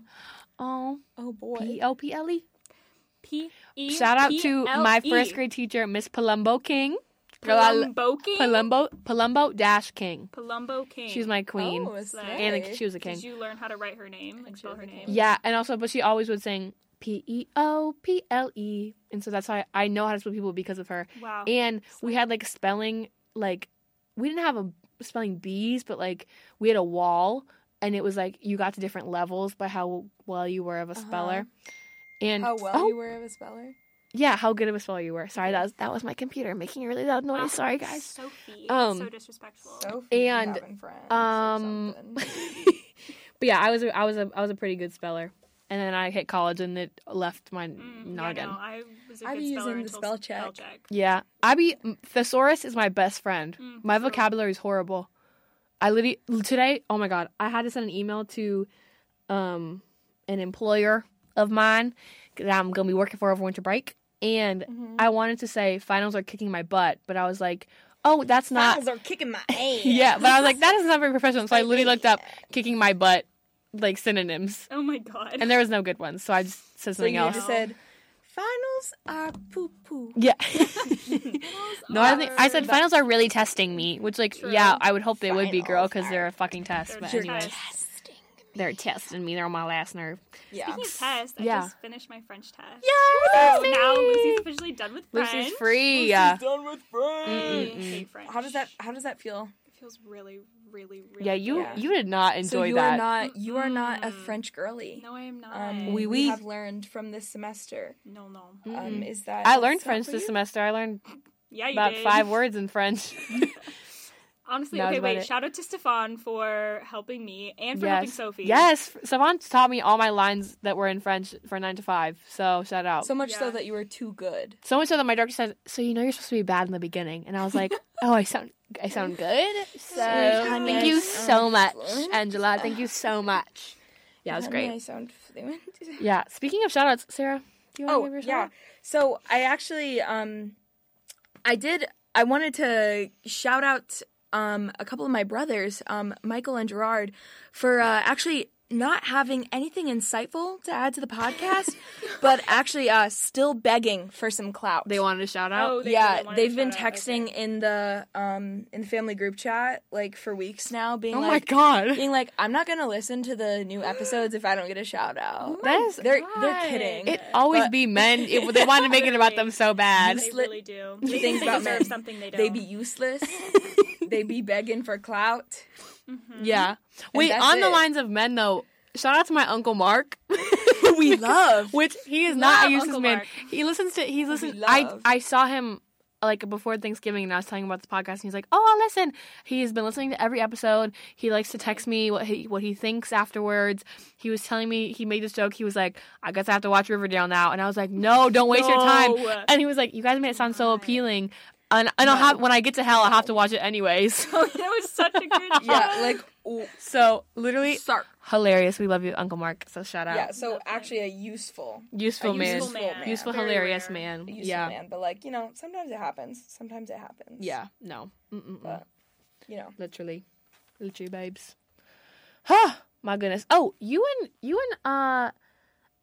Oh,
oh
P
boy.
O P L E.
P E
Shout out to
E
my first grade teacher, Miss Palumbo King. Girl, I lo-
Palumbo King.
Palumbo Palumbo dash King.
Palumbo King.
She was my queen.
Oh,
Slay.
and
slay.
a, she was a king.
Did you learn how to write her name and spell her name?
Yeah, and also, but she always would sing P E O P L E, and so that's why I know how to spell people because of her.
Wow.
And we
[laughs]
had like spelling, like we didn't have a spelling bees, but like we had a wall, and it was like you got to different levels by how well you were of a speller. And
Uh-huh. How well
oh,
you were of a speller.
yeah, how good of a speller you were. Sorry, that was, that was my computer making a really loud noise.
Wow.
Oh, Sorry, guys.
Sophie.
Um,
so disrespectful.
Sophie
And,
having friends or
um,
something.
But yeah, I was a, I was a I was a pretty good speller, and then I hit college and it left my
Mm, yeah,
noggin.
no, I was a
I
good
be using
speller
the
until
spell
spell
check.
check.
Yeah, I be thesaurus is my best friend.
Mm,
my
true.
vocabulary is horrible. I literally today. Oh my god, I had to send an email to um an employer of mine that I'm gonna be working for over winter break, and
Mm-hmm.
I wanted to say finals are kicking my butt, but I was like, oh,
[laughs]
that's not.
Finals are kicking
[laughs]
my ass.
Yeah, but I was like, that is not very professional. So I
Like,
literally
[laughs]
looked up kicking my butt like synonyms,
Oh my god. [laughs]
and there was no good ones. So I just said
So
something
you
else.
just said, finals are poo poo. [laughs]
Yeah. no, I
are-
think I said finals are really testing me, which like yeah, I would hope they would be, girl,
Finals
because
are-
they're a fucking test.
They're
But
just
anyway,
tests.
They're testing me. They're on my last nerve.
Yeah.
Speaking of tests, I
Yeah.
just finished my French test.
Yes!
So now Lucy's officially done with French.
Lucy's free. Mm, Yeah.
done with friends.
Yay, hate French.
How does that how does that feel?
It feels really, really, really.
Yeah, you
Yeah.
you did not
so
enjoy
you
that.
are not you are not a
Mm-mm.
French girly.
No, I am not.
Um, we,
Oui, oui.
have learned from this semester
no, no.
um, is that
I learned
it's not
French
for
this
you.
semester. I learned
Yeah, you
about
did.
five words
[laughs]
in French.
Honestly,
That was
okay,
about
wait.
it.
Shout out to Stefan for helping me and for helping
yes.
Sophie.
Yes. Savant taught me all my lines that were in French for nine to five. So shout out.
So much
Yeah.
so that you were too good.
Someone said that my director said, "So you know you're supposed to be bad in the beginning," and I
[laughs]
was like, "Oh, I sound, I sound good." So
Sound
thank you
good.
so much,
Excellent.
Angela. Thank you so much. Yeah, it was
Honey, I
great.
sound fluent.
[laughs] Yeah. Speaking of shout outs, Sarah, do you want to
oh
give your shout
yeah.
out?
So I actually um, I did. I wanted to shout out um a couple of my brothers, um Michael and Gerard, for uh, actually not having anything insightful to add to the
[laughs]
podcast, but actually uh still begging for some clout.
They wanted a shout out.
Oh, they
yeah,
really wanted
they've
a
been
shout-out,
texting
okay.
in the um in the family group chat like for weeks now, being
Oh my
like
god.
being like, I'm not gonna listen to the new episodes if I don't get a shout out.
[laughs] That is
they're
God.
they're kidding.
Oh it always
But-
be men. It, they want to make it about them
[laughs]
so bad.
They
Sli-
really do. They
things
think they
about
deserve
men.
something they don't.
they be useless.
[laughs]
they be begging for clout.
Yeah. Wait,
that's
on the
it.
lines of men though, shout out to my uncle Mark.
We love.
which he is not a
Love
useless
Uncle
man.
Mark.
He listens to he's listened. I
love.
I saw him like before Thanksgiving, and I was telling him about the podcast, and he's like, "Oh, I'll listen." He's been listening to every episode. He likes to text me what he what he thinks afterwards. He was telling me he made this joke. He was like, "I guess I have to watch Riverdale now," and I was like, "No, don't waste your time."
No.
And he was like, "You guys made it sound so appealing." And, and I'll have, when I get to hell, I'll have to watch it [laughs] anyways.
Oh, [laughs] that was such a good.
[laughs] [laughs] Yeah,
[laughs]
like ooh,
so literally
sorry.
hilarious. We love you, Uncle Mark. So shout out,
Yeah, so actually a useful,
useful,
a
man,
useful man.
useful,
Very
hilarious
rare.
man.
a useful
yeah,
man. But like you know, sometimes it happens. Sometimes it happens.
Yeah, no. Mm-mm-mm.
But- you know.
Literally. Literally, babes. Huh, [gasps] my goodness. Oh, you and you and uh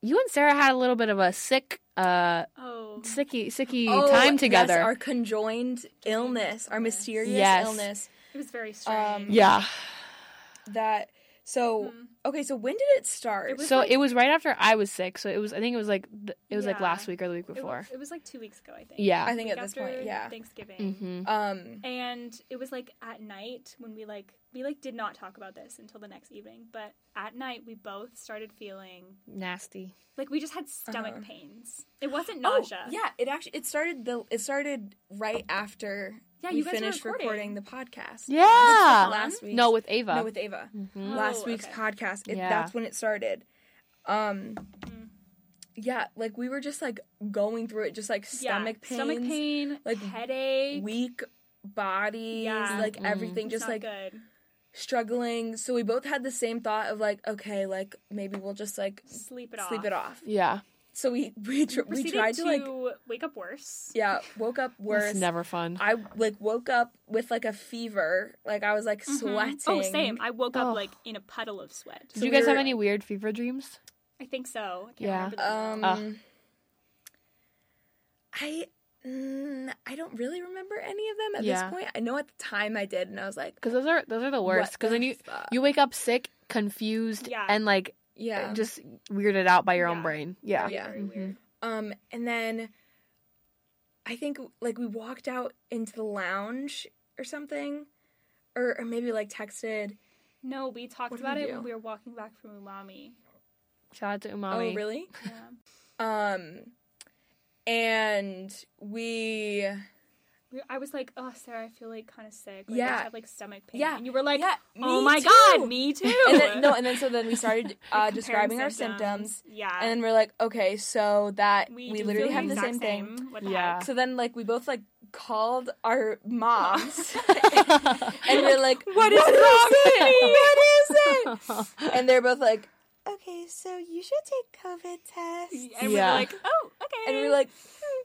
you and Sarah had a little bit of a sick uh
Oh,
sicky sicky
Oh,
time
yes,
together.
our conjoined illness, our mysterious
Yes.
illness.
it was
um,
very strange.
yeah.
That so okay. So when did it start?
Mm-hmm. It was
so
like-
it was right after I was sick. So it was I think it was like th- it was like
Yeah.
last week or the week
It,
before.
was, it was like two weeks ago, I think.
yeah.
I think at this
After
point, yeah.
Thanksgiving.
mm-hmm.
Um,
and it was like at night when we like we like did not talk about this until the next evening but at night we both started feeling
Nasty.
like we just had stomach
Uh-huh.
pains it wasn't
oh,
nausea
yeah. It actually it started the it started right after
Yeah,
we
you guys were
finished
recording. Uh-huh.
recording. the podcast.
Yeah.
last week.
No, with Ava.
no, with Ava.
Mhm.
Oh,
last week's
okay.
podcast. It,
Yeah.
That's when it started. Um,
Mm.
yeah, like we were just like going through it, just like
Yeah,
stomach pains,
stomach pain
like,
like headache
weak bodies,
Yeah.
like
Mm.
everything,
It's
just
not
like
good
struggling. So we both had the same thought of like, okay, like maybe we'll just like
sleep it off
sleep it off.
Yeah.
So we [laughs] we tr- we
Proceeded
tried to,
to
like
wake up worse
yeah, woke up worse.
It's never fun.
I like woke up with like a fever. Like I was like
Mhm.
sweating.
oh same i woke
Oh.
up like in a puddle of sweat
Did
so
you guys
we
have
were-
any weird fever dreams?
i think so I can't
Yeah.
remember the
Um,
name.
Ugh.
I mm, I don't really remember any of them at
Yeah.
this point. I know at the time I did, and I was like,
Because those are those are the worst.
"What
Because
the
then you
fuck?"
you wake up sick, confused,
Yeah.
and like
yeah,
just weirded out by your own
Yeah.
brain. Yeah.
Very,
Yeah.
very
Mhm.
weird.
um, and then I think like we walked out into the lounge or something, or, or maybe like texted.
no we talked
Mm-hmm. What did
about
we
it
do?
when we were walking back from
[laughs]
umami
Shout out to Umami.
Oh,
[laughs]
really?
yeah.
Um, and we
We- I was like, oh, Sarah, I feel like kind of sick. Like, I
Yeah.
just have like stomach pain.
Yeah.
And you were like,
Yeah,
oh
me
my
too.
god, me too.
[laughs] and then, no, and then so then we started uh, describing
[laughs] Comparing
our symptoms,
Yeah.
and then we're like, okay, so that we,
we, do
literally
feel
have the
exact
same thing.
What the
Yeah.
heck?
So then, like, we both like called
[laughs]
our moms, and we're like,
What is wrong with me? [laughs]
What is it?" And they're both like, "Okay, so you should take COVID tests."
And we were
Yeah.
like, oh, okay.
And we're like,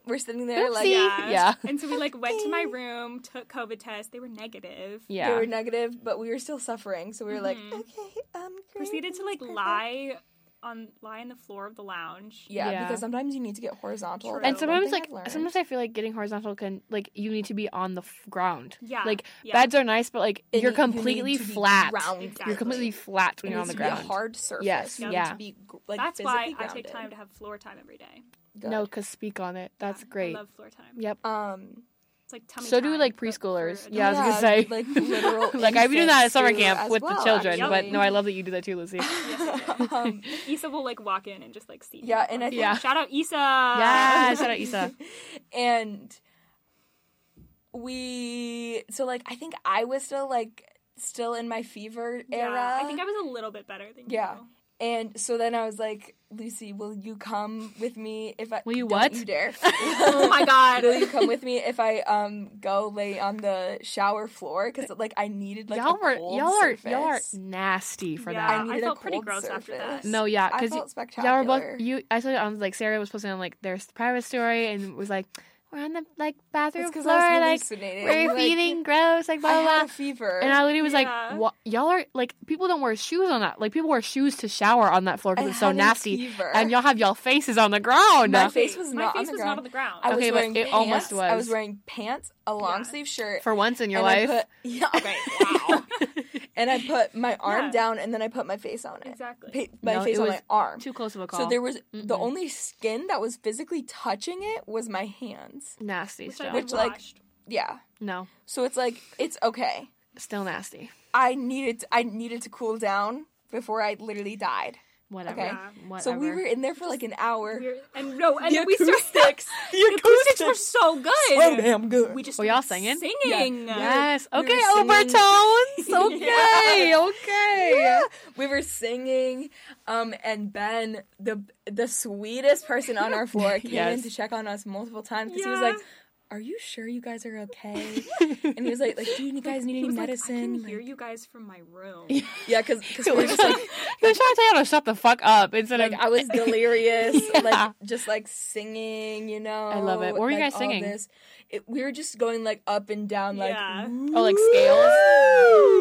we're sitting there like,
Oopsie.
yeah.
Yeah.
And so we like went to my room, took COVID tests. They were negative.
[laughs] yeah.
they were negative, but we were still suffering. So we were like, "Okay, um, great.
Mm-hmm. Proceeded to like
perfect."
lie on lie on the floor of the lounge.
Yeah,
Yeah.
because sometimes you need to get horizontal.
True.
That's
And
one
sometimes,
thing
like,
I've learned.
sometimes I feel like getting horizontal can, like, you need to be on the f- ground.
Yeah,
Like,
yeah.
beds are nice, but, like,
It
you're
need- you need
completely
to be
flat.
grounded.
Exactly.
You're completely flat
It
when you're on
needs
the
to be a
ground.
hard surface.
Yes,
You need
yeah.
to be gr- like
That's why
physically
I take time
grounded.
to have floor time every day.
Good.
No, because speak on it. That's
Yeah,
great.
I love floor time.
[laughs]
yep.
Um,
It's like tummy
So do,
time,
like,
but for
preschoolers.
adults.
Yeah, I was gonna say. [laughs]
like literal.
Like, I've been doing that at
infants
summer
do
camp
as
with the
well,
children, but
actually. [laughs]
no, I love that you do that too, Lucy.
um,
[laughs] Issa will like walk in and just like see. me.
Yeah, and I think-
Yeah.
Shout out Issa.
yeah,
[laughs]
shout out Issa.
[laughs] and we so like I think I was still like still in my fever
Yeah,
era.
I think I was a little bit better than
Yeah.
you.
and so then I was like, Lucy, will you come with me if I
Will you
Don't
what?
you
[laughs]
dare?
Oh my god.
Will you come with me if I um go lay on the shower floor because like I needed like
y'all
a
were,
cold
y'all are, y'all are
surface.
nasty for
Yeah,
that.
needed a
I felt pretty
cold
gross after that.
surface.
No, yeah,
I
because
felt
Y'all
spectacular.
were both you. I saw it on like Sarah was posting on like their private story and was like, "We're on the like bathroom
It's 'cause
floor,
I was
like
hallucinating.
we're
Like,
feeling gross, like
I
blah blah."
had a
blah.
fever.
And I literally was
Yeah.
like, "What? Y'all are like people don't wear shoes on that. Like people wear shoes to shower on that floor
I
because it's so
had a
nasty,
fever.
and y'all have y'all faces on the ground."
My
Uh,
face was
my
not
face
on the
was
ground.
not on the ground.
I was
Okay, but
wearing
it
pants.
almost
I
was.
was wearing pants, a long sleeve shirt.
for once in your
and I
life,
put, [laughs] yeah, okay, wow. [laughs] and I put my arm
Yeah.
down and then I put my face on it.
Exactly.
Pa- my
No,
face
it
on
was
my arm.
too Mm-hmm. close of a call.
So there was the
Mm-mm.
only skin that was physically touching it was my hands.
nasty
Which
still.
I
Which, like-
watched.
Yeah.
no,
So it's like it's okay.
still nasty.
I needed I needed to cool down before I literally died.
Whatever.
Okay.
Yeah.
Whatever.
So we were in there for like an hour.
We're- and no, and
the
we started.
acoustics. the
The [laughs] acoustics were so good.
so damn good.
We just
Were y'all
started
singing?
Singing.
yes.
we were
okay.
singing.
Overtones.
[laughs]
Okay.
Yeah.
Okay.
Yeah. We were singing, um, and Ben, the the sweetest person on our
[laughs]
floor, came
Yes.
in to check on us multiple times because he was like, "Are you sure you guys are okay?" and he was like, "Like, do you guys need
He
any
was like, I
medicine?"
can hear
Like-
you guys from my room.
yeah, because we were just
[laughs]
like,
[laughs] He was trying to tell you how to shut the fuck up instead
like
of.
I was delirious,
Yeah.
like just like singing, you know.
I love it. What were you
like,
guys
all
singing?
This. It, we were just going like up and down, like
Yeah.
oh, like scales.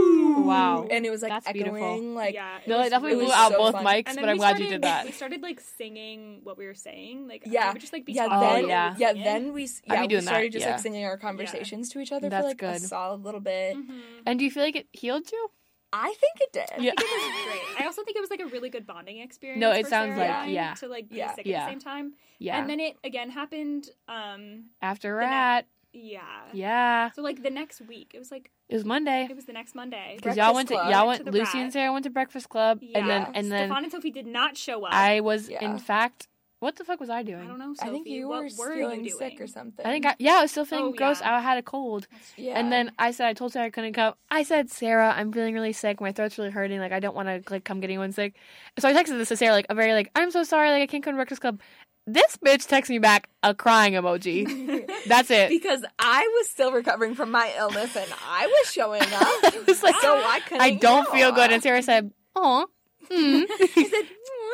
Wow.
and it was like
That's
echoing,
beautiful.
like
yeah.
[laughs]
it
No,
was
that definitely
really
blew out
so
both
fun.
mics,
And then
but I'm
we
glad
started,
you did that.
We started like singing what we were saying. Like
Yeah.
we would just like be
yeah,
talking.
then
Oh, yeah.
yeah, then we s-
I'd
yeah
be
we
doing that,
started just
yeah.
like singing our conversations to each other
That's
for like a
good.
solid little bit.
hmm
And do you feel like it healed you?
I think it did.
Yeah.
It was great. I also think it was like a really good bonding experience.
No, it
for
sounds
Sarah
like-
and I
yeah.
To like be
Yeah.
sick at
Yeah.
the same time,
Yeah.
and then it again happened. Um,
After
the ne-
rat.
yeah.
Yeah.
So like the next week, it was like
It was Monday.
it was the next Monday.
Because y'all
Breakfast
went to
Club.
y'all
Went to
went
the
Lucy
Rat.
and Sarah went to breakfast club and
Yeah.
then and then
Stefan and Sophie did not show up.
I was
Yeah.
in fact what the fuck was I doing?
I don't know.
I
Sophie,
think you
what
were,
were
feeling
you doing?
sick or something.
I think I, yeah, I was still feeling
Oh,
gross.
yeah.
I had a cold.
yeah.
And then I said I told Sarah I couldn't come. I said, Sarah, I'm feeling really sick. My throat's really hurting. Like I don't want to like come get anyone sick. So I texted this to Sarah, like a very like, I'm so sorry, like I can't come to Breakfast Club. This bitch texts me back a crying emoji. That's it.
because I was still recovering from my illness and I was
[laughs]
showing up.
It's like,
so [gasps] I couldn't.
I don't
go.
feel good. And Sarah said, Oh. Mm.
she said,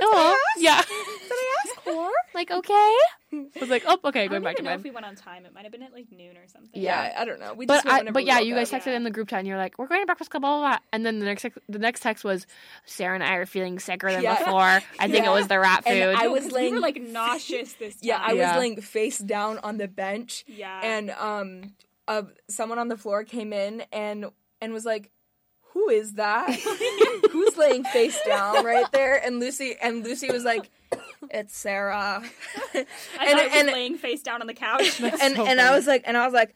Aw,
"Oh,
yeah.
Did I ask for?
Like, okay. I was like, oh, okay,
I
going
don't
back to
even know
bed.
if we went on time. It might have been at like noon or something.
Yeah, I don't know. We
But
just went
I,
whenever
but
we
yeah,
woke
you guys
up.
texted in the group chat, and you're like, "We're going to breakfast club, blah blah." blah. And then the next the next text was, "Sarah and I are feeling sicker than
Yeah.
before. I think
Yeah.
it was the rat food."
And I
I
was
was
laying-
we were
[laughs]
like nauseous this time.
Yeah, I
Yeah.
was laying face down on the bench,
Yeah. [laughs]
and um, uh, someone on the floor came in and and was like, "Who is
[laughs]
that? Who's laying face down right there?" And Lucy and Lucy was like, "It's Sarah," [laughs] and
I thought it was
and
laying face down on the
[laughs]
couch.
and,
so
and I
funny.
was like, and I was like,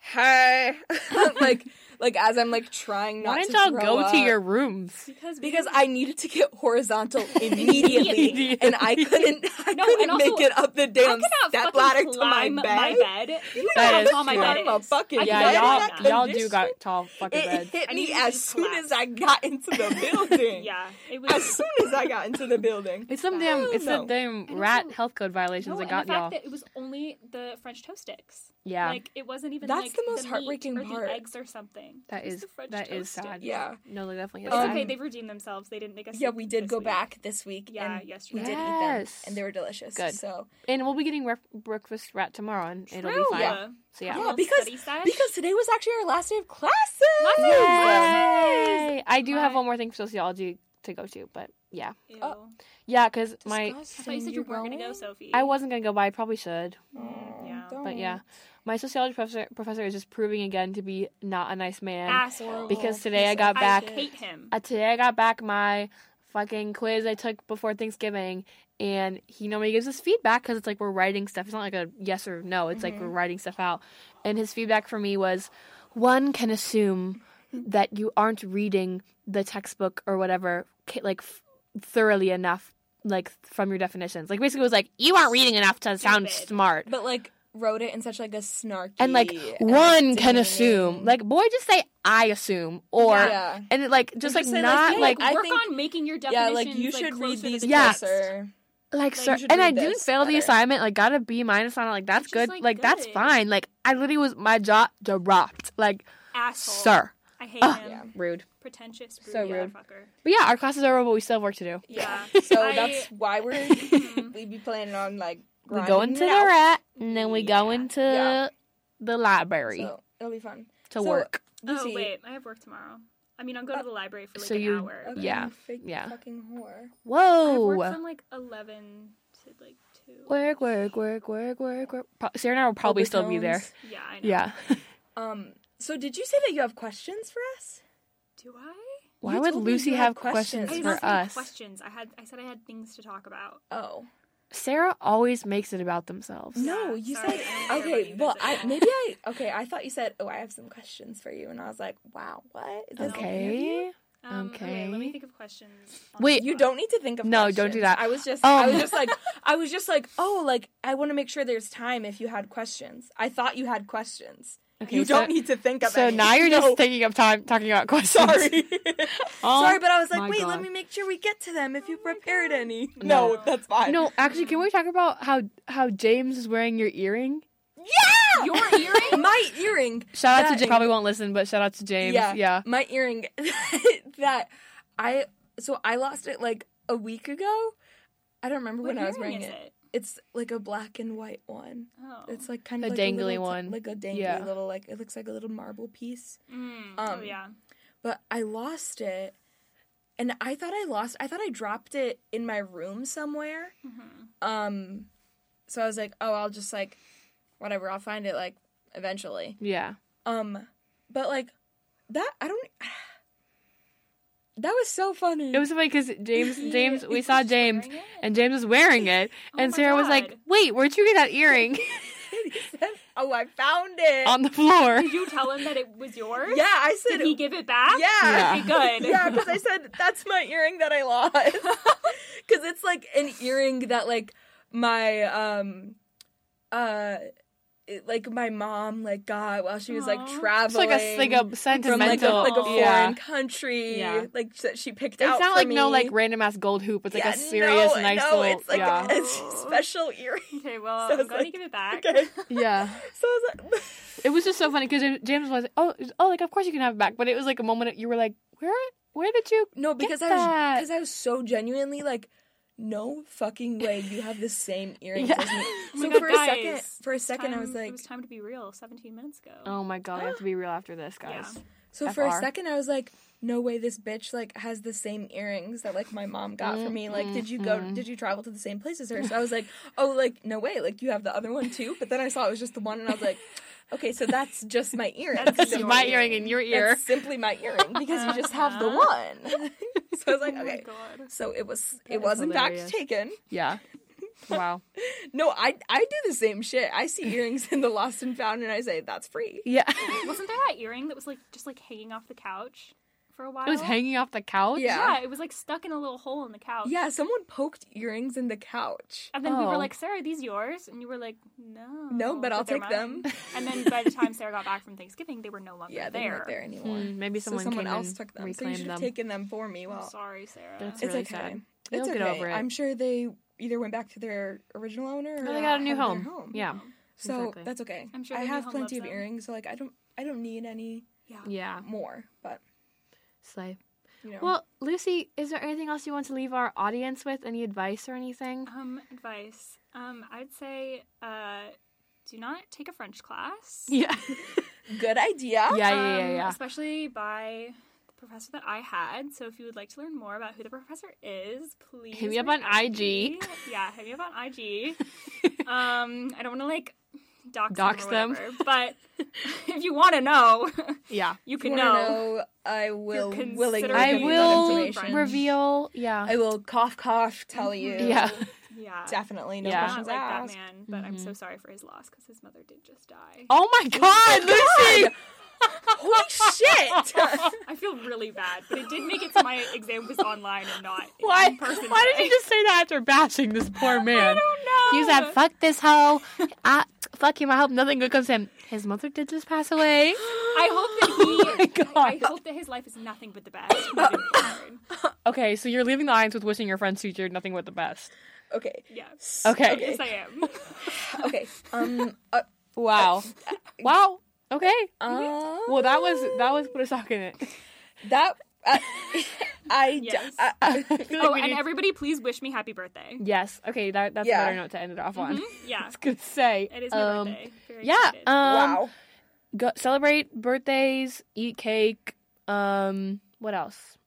"Hey," [laughs] like like as I'm like trying not
Why
to
didn't y'all
throw
go to
up.
your rooms?
because
because I needed to get
[laughs]
horizontal immediately, and I couldn't, I
No,
couldn't
and also,
make it up the
I
damn
could not
step
fucking
ladder to my
climb
bed.
my bed. You
That
know how
is
tall my
true.
bed
I'm a
is.
fucking
I
You
Yeah,
guys
y'all
had that
y'all do got tall fucking
It
beds.
hit
I
me
needed to
as
just
soon
collapse.
as I got into the building.
Yeah, it was.
As soon as I got into the
[laughs]
building.
It's some damn
Oh,
it's
no.
some damn
also-
rat health code violations
no,
that
and
got
the fact
y'all.
that it was only the French toast sticks.
yeah,
Like it wasn't even.
That's
like,
the most
meat
heartbreaking
or
part.
The eggs or something.
that
It was
is
the French
that is
toast stick.
sad.
Yeah.
no, they definitely.
But it's
Um,
Oh, okay. They've redeemed themselves. They didn't make us.
Yeah,
sick
we did
this
go
week.
back this week.
Yeah,
and
yesterday.
we did eat them,
Yes.
and they were delicious.
Good.
So
and we'll be getting ref- breakfast rat tomorrow, and it'll be
True.
fine.
Yeah.
So yeah.
Yeah,
Little
because-
study sesh.
because today was actually our last day of classes.
Last day of
Yay! I do have
Hi.
one more thing for sociology to go to, but yeah,
Ew.
Oh.
yeah, because my
I thought you said you weren't going to go, Sophie.
I wasn't gonna go, but I probably should.
Yeah.
But yeah, my sociology professor professor is just proving again to be not a nice man.
Asshole.
Because today I got
I
back-
hate him.
uh, today I got back my fucking quiz I took before Thanksgiving, and he normally gives us feedback because it's like we're writing stuff. It's not like a yes or no. It's
Mm-hmm.
like we're writing stuff out, and his feedback for me was, one can assume that you aren't reading the textbook or whatever ca- like f- thoroughly enough, like from your definitions. Like basically, it was like you aren't reading enough to sound
Stupid.
smart.
But like wrote it in such like a snarky
And like
and
one can
demeaning-
assume, like boy, just say I assume, or
Yeah.
and it, like just like
just say, like,
not
yeah,
like
I
work
think-
on making your
yeah,
definitions.
like you should read
closer to
these
the
Yeah.
text.
closer.
like
Like,
sir
you should
and
read
i didn't
this
fail the
better.
assignment like got a b minus on it like that's
Which is,
good
like,
like, that's
good.
fine like i literally was my jaw dropped like
Asshole.
sir Ah.
I hate
Ugh.
him.
Yeah.
rude
Pretentious, rude
So rude.
motherfucker.
but yeah our class is over but we still have work to do
Yeah.
[laughs] So
I-
that's why
[laughs]
we're [laughs] we be planning on like
Mm-hmm. we
grinding
go into the
it out.
rat and then we go
Yeah.
into
Yeah.
the library
So it'll be fun.
to
so,
work
Oh
Lucy,
wait, I have work tomorrow. I mean, I'll
Uh,
go to the library for like
so
an
you-
hour. but-
okay,
Yeah.
you fake
Yeah.
Fucking whore.
I have work
whoa
from like eleven to like two.
work work work work work work Pro- sarah and i will probably still be there
Overtones.
Yeah, I know.
[laughs]
yeah
Um. So did you say that you have questions for us?
Do I?
why
You
would
told me
lucy
you
have
had
questions,
questions.
I
It's
did
for
not
not
say any
us
questions. I had. I said I had things to talk about.
Oh
sarah always makes it about themselves
no,
Yeah,
you
sorry,
said
I don't care about
okay.
you
Well,
guys at
I
all.
maybe I [laughs] okay. I thought you said oh I have some questions for you, and I was like wow what is this an interview?
okay
Um, okay. Let
Okay.
me think of questions. on
Wait,
the
You
spot.
don't need to think of
No, don't do
questions.
that.
I was just
Um.
I
[laughs]
was just like I was just like oh like I want to make sure there's time if you had questions. I thought you had questions.
Okay,
you
so-
don't need to think of
So
any.
now
[laughs]
you're
No,
just thinking of time talking about questions. [laughs]
sorry.
Oh
sorry, but I was
my
like wait,
God.
let me make sure we get to them
Oh
if you prepared any.
No.
No, that's
[laughs]
fine.
No, actually, can we talk about how how James is wearing your earring?
Yeah.
Your
[laughs]
earring?
My earring.
Shout out to
That-
James. Probably won't listen, but shout out to James. Yeah.
My earring [laughs] that I so I lost it like a week ago. I don't remember
What
when I was
earring
wearing
is
it. It's like a black and white one.
Oh.
It's like kind
A
of like
dangly
a little,
one.
like a dangly
Yeah.
little like it looks like a little marble piece.
Mm, oh
um,
yeah.
But I lost it, and I thought I lost. I thought I dropped it in my room somewhere. Um, so I was like, oh, I'll just like, whatever. I'll find it like eventually.
Yeah.
Um, but like that, I don't. [sighs] That was so funny. [laughs]
It was funny because James,
He
James, we
is
saw
just
James,
wearing it?
and James was wearing it,
Oh
and
my
Sarah was like,
God.
"Wait, where'd you get
[laughs]
that earring?" [laughs]
He said, "Oh, I found it."
on the floor.
Did you tell him that it was yours?
yeah, I said.
Did he give it back?
yeah.
Okay, good.
[laughs] Yeah, because I said that's my earring that I
[laughs]
lost. [laughs] Because it's like an earring that like my um uh it- like my mom like got while she was like
Aw.
It's
traveling
like a like a
from like a,
sentimental.
like a foreign
yeah.
country
Yeah.
like that she picked out.
It's not
for
like no
me.
like random ass gold hoop. It's like
Yeah,
a serious
no,
nice
no,
little.
It's like
yeah.
a [laughs]
Oh.
special
[laughs]
earring.
Okay. Well,
So
I'm
it's
going to
like-
give it back.
Okay.
yeah.
So I was like, [laughs]
It was just so funny because James was like, "Oh, oh, like of course you can have it back," but it was like a moment that you were like, "Where, where did you?"
no,
Get
because I was
that.
because I was so genuinely like, no fucking way, you have the same earrings
Yeah.
as me.
Oh my
So
[laughs]
God,
for a
guys,
second, for a
It's
second, I
time-
was
it
like,
was time to be real. 17 minutes ago.
Oh my god, I have to be real after this, guys.
Yeah.
so for a
FR.
second, I was like, no way, this bitch like has the same earrings that like my mom got for me. Like, did you go? Did you travel to the same place as her? So I was like, oh, like no way, like you have the other one too. But then I saw it was just the one, and I was like, okay, so that's just my earring.
That's
This is my earring in your ear.
That's simply my earring because you just have the one. [laughs] so I was like,
Uh-huh. [laughs] Oh my
okay.
God.
So it was
is
it was in fact
hilarious.
taken.
Yeah. Wow.
No, I I do the same shit. I see earrings [laughs] in the lost and found and I say that's free.
[laughs] Yeah.
Wasn't there that earring that was like just like hanging off the couch for a while?
it was hanging off the couch.
Yeah.
Yeah, it was like stuck in a little hole in the couch.
Yeah, someone poked earrings in the couch.
And then we were
Oh.
like, Sarah, are these yours? And you were like, no.
No, but I'll
Oh, they're
take them.
mine."
[laughs]
And then by the time Sarah got back from Thanksgiving, they were no longer
Yeah,
there.
they're not there anymore.
Mm, maybe
So
someone,
someone
came
else
and
took them. So you
reclaimed
should have
them.
taken them for me. Well,
I'm sorry, Sarah.
That's
it's
really
okay.
sad.
It's
They'll
okay.
get over it.
I'm sure they either went back to their original owner or
Oh, they got a new
have their
home. Yeah.
So
Exactly.
that's okay.
I'm sure
I
their new
have
home
plenty of
loves them.
earrings, so like I don't I don't need any
yeah.
Yeah.
more, but
Slay.
you know.
Well, Lucy, is there anything else you want to leave our audience with? Any advice or anything?
Um, advice. Um, I'd say uh, do not take a French class.
Yeah. [laughs]
good idea.
yeah. Yeah. Yeah.
Um,
Yeah.
Especially by professor that I had. So if you would like to learn more about who the professor is, please
Hit me up on
reach out to
IG.
me. Yeah, hit me up
[laughs]
on IG. um, I don't want to like dox,
Dox them.
them, or whatever,
[laughs]
but [laughs] if you want to know, [laughs]
Yeah.
you
If you
can
wanna
know.
know, I will
considering
willingly.
I
I
give you that
will
information.
reveal. Yeah.
I will cough cough tell you.
Yeah.
Yeah,
Definitely no
Yeah. Mm-hmm.
not Mm-hmm. like
questions asked.
that man. But I'm so sorry for his loss because his mother did just die.
Oh my God, Lucy!
Holy shit!
I feel really bad, but it did make it so my exam was online and not
[laughs] Why?
in person.
Why
[laughs]
did you just say that after bashing this poor man?
I
He was
don't know.
like, "Fuck this hoe. I, fuck him. I hope nothing good comes to him." His mother did just pass [gasps] away.
I hope that he.
[laughs] Oh my
I, I hope that his life is nothing but the best.
[laughs]
moving forward.
Okay, so you're leaving the audience with wishing your friend's future nothing but the best.
[laughs] okay.
Yeah.
Okay.
Yes, I
[laughs]
am. [laughs] Oh,
Okay. Um. Uh,
Wow. Uh, [laughs] wow. Okay.
um,
Well, that was [laughs] that was put a sock in it.
that. I. [laughs] I, d- uh,
Yes.
I-
[laughs]
I-
I feel like
Oh,
we
and
need-
everybody, please wish me happy
[laughs]
birthday.
yes. Okay, that, that's
Yeah.
a better note to end it off on. I
Yeah,
was gonna say.
it is my
um,
birthday. Very
Yeah.
excited.
Um,
wow.
Go, celebrate birthdays. Eat cake. Um. What else?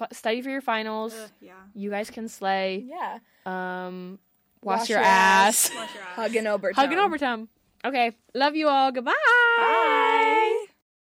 F- study for your finals.
Ugh, yeah.
You guys can slay.
Yeah.
Um, wash,
Wash
your,
your
ass.
Wash your ass.
Hugging over.
Hug it over, Tom. Okay. Love you all. Goodbye.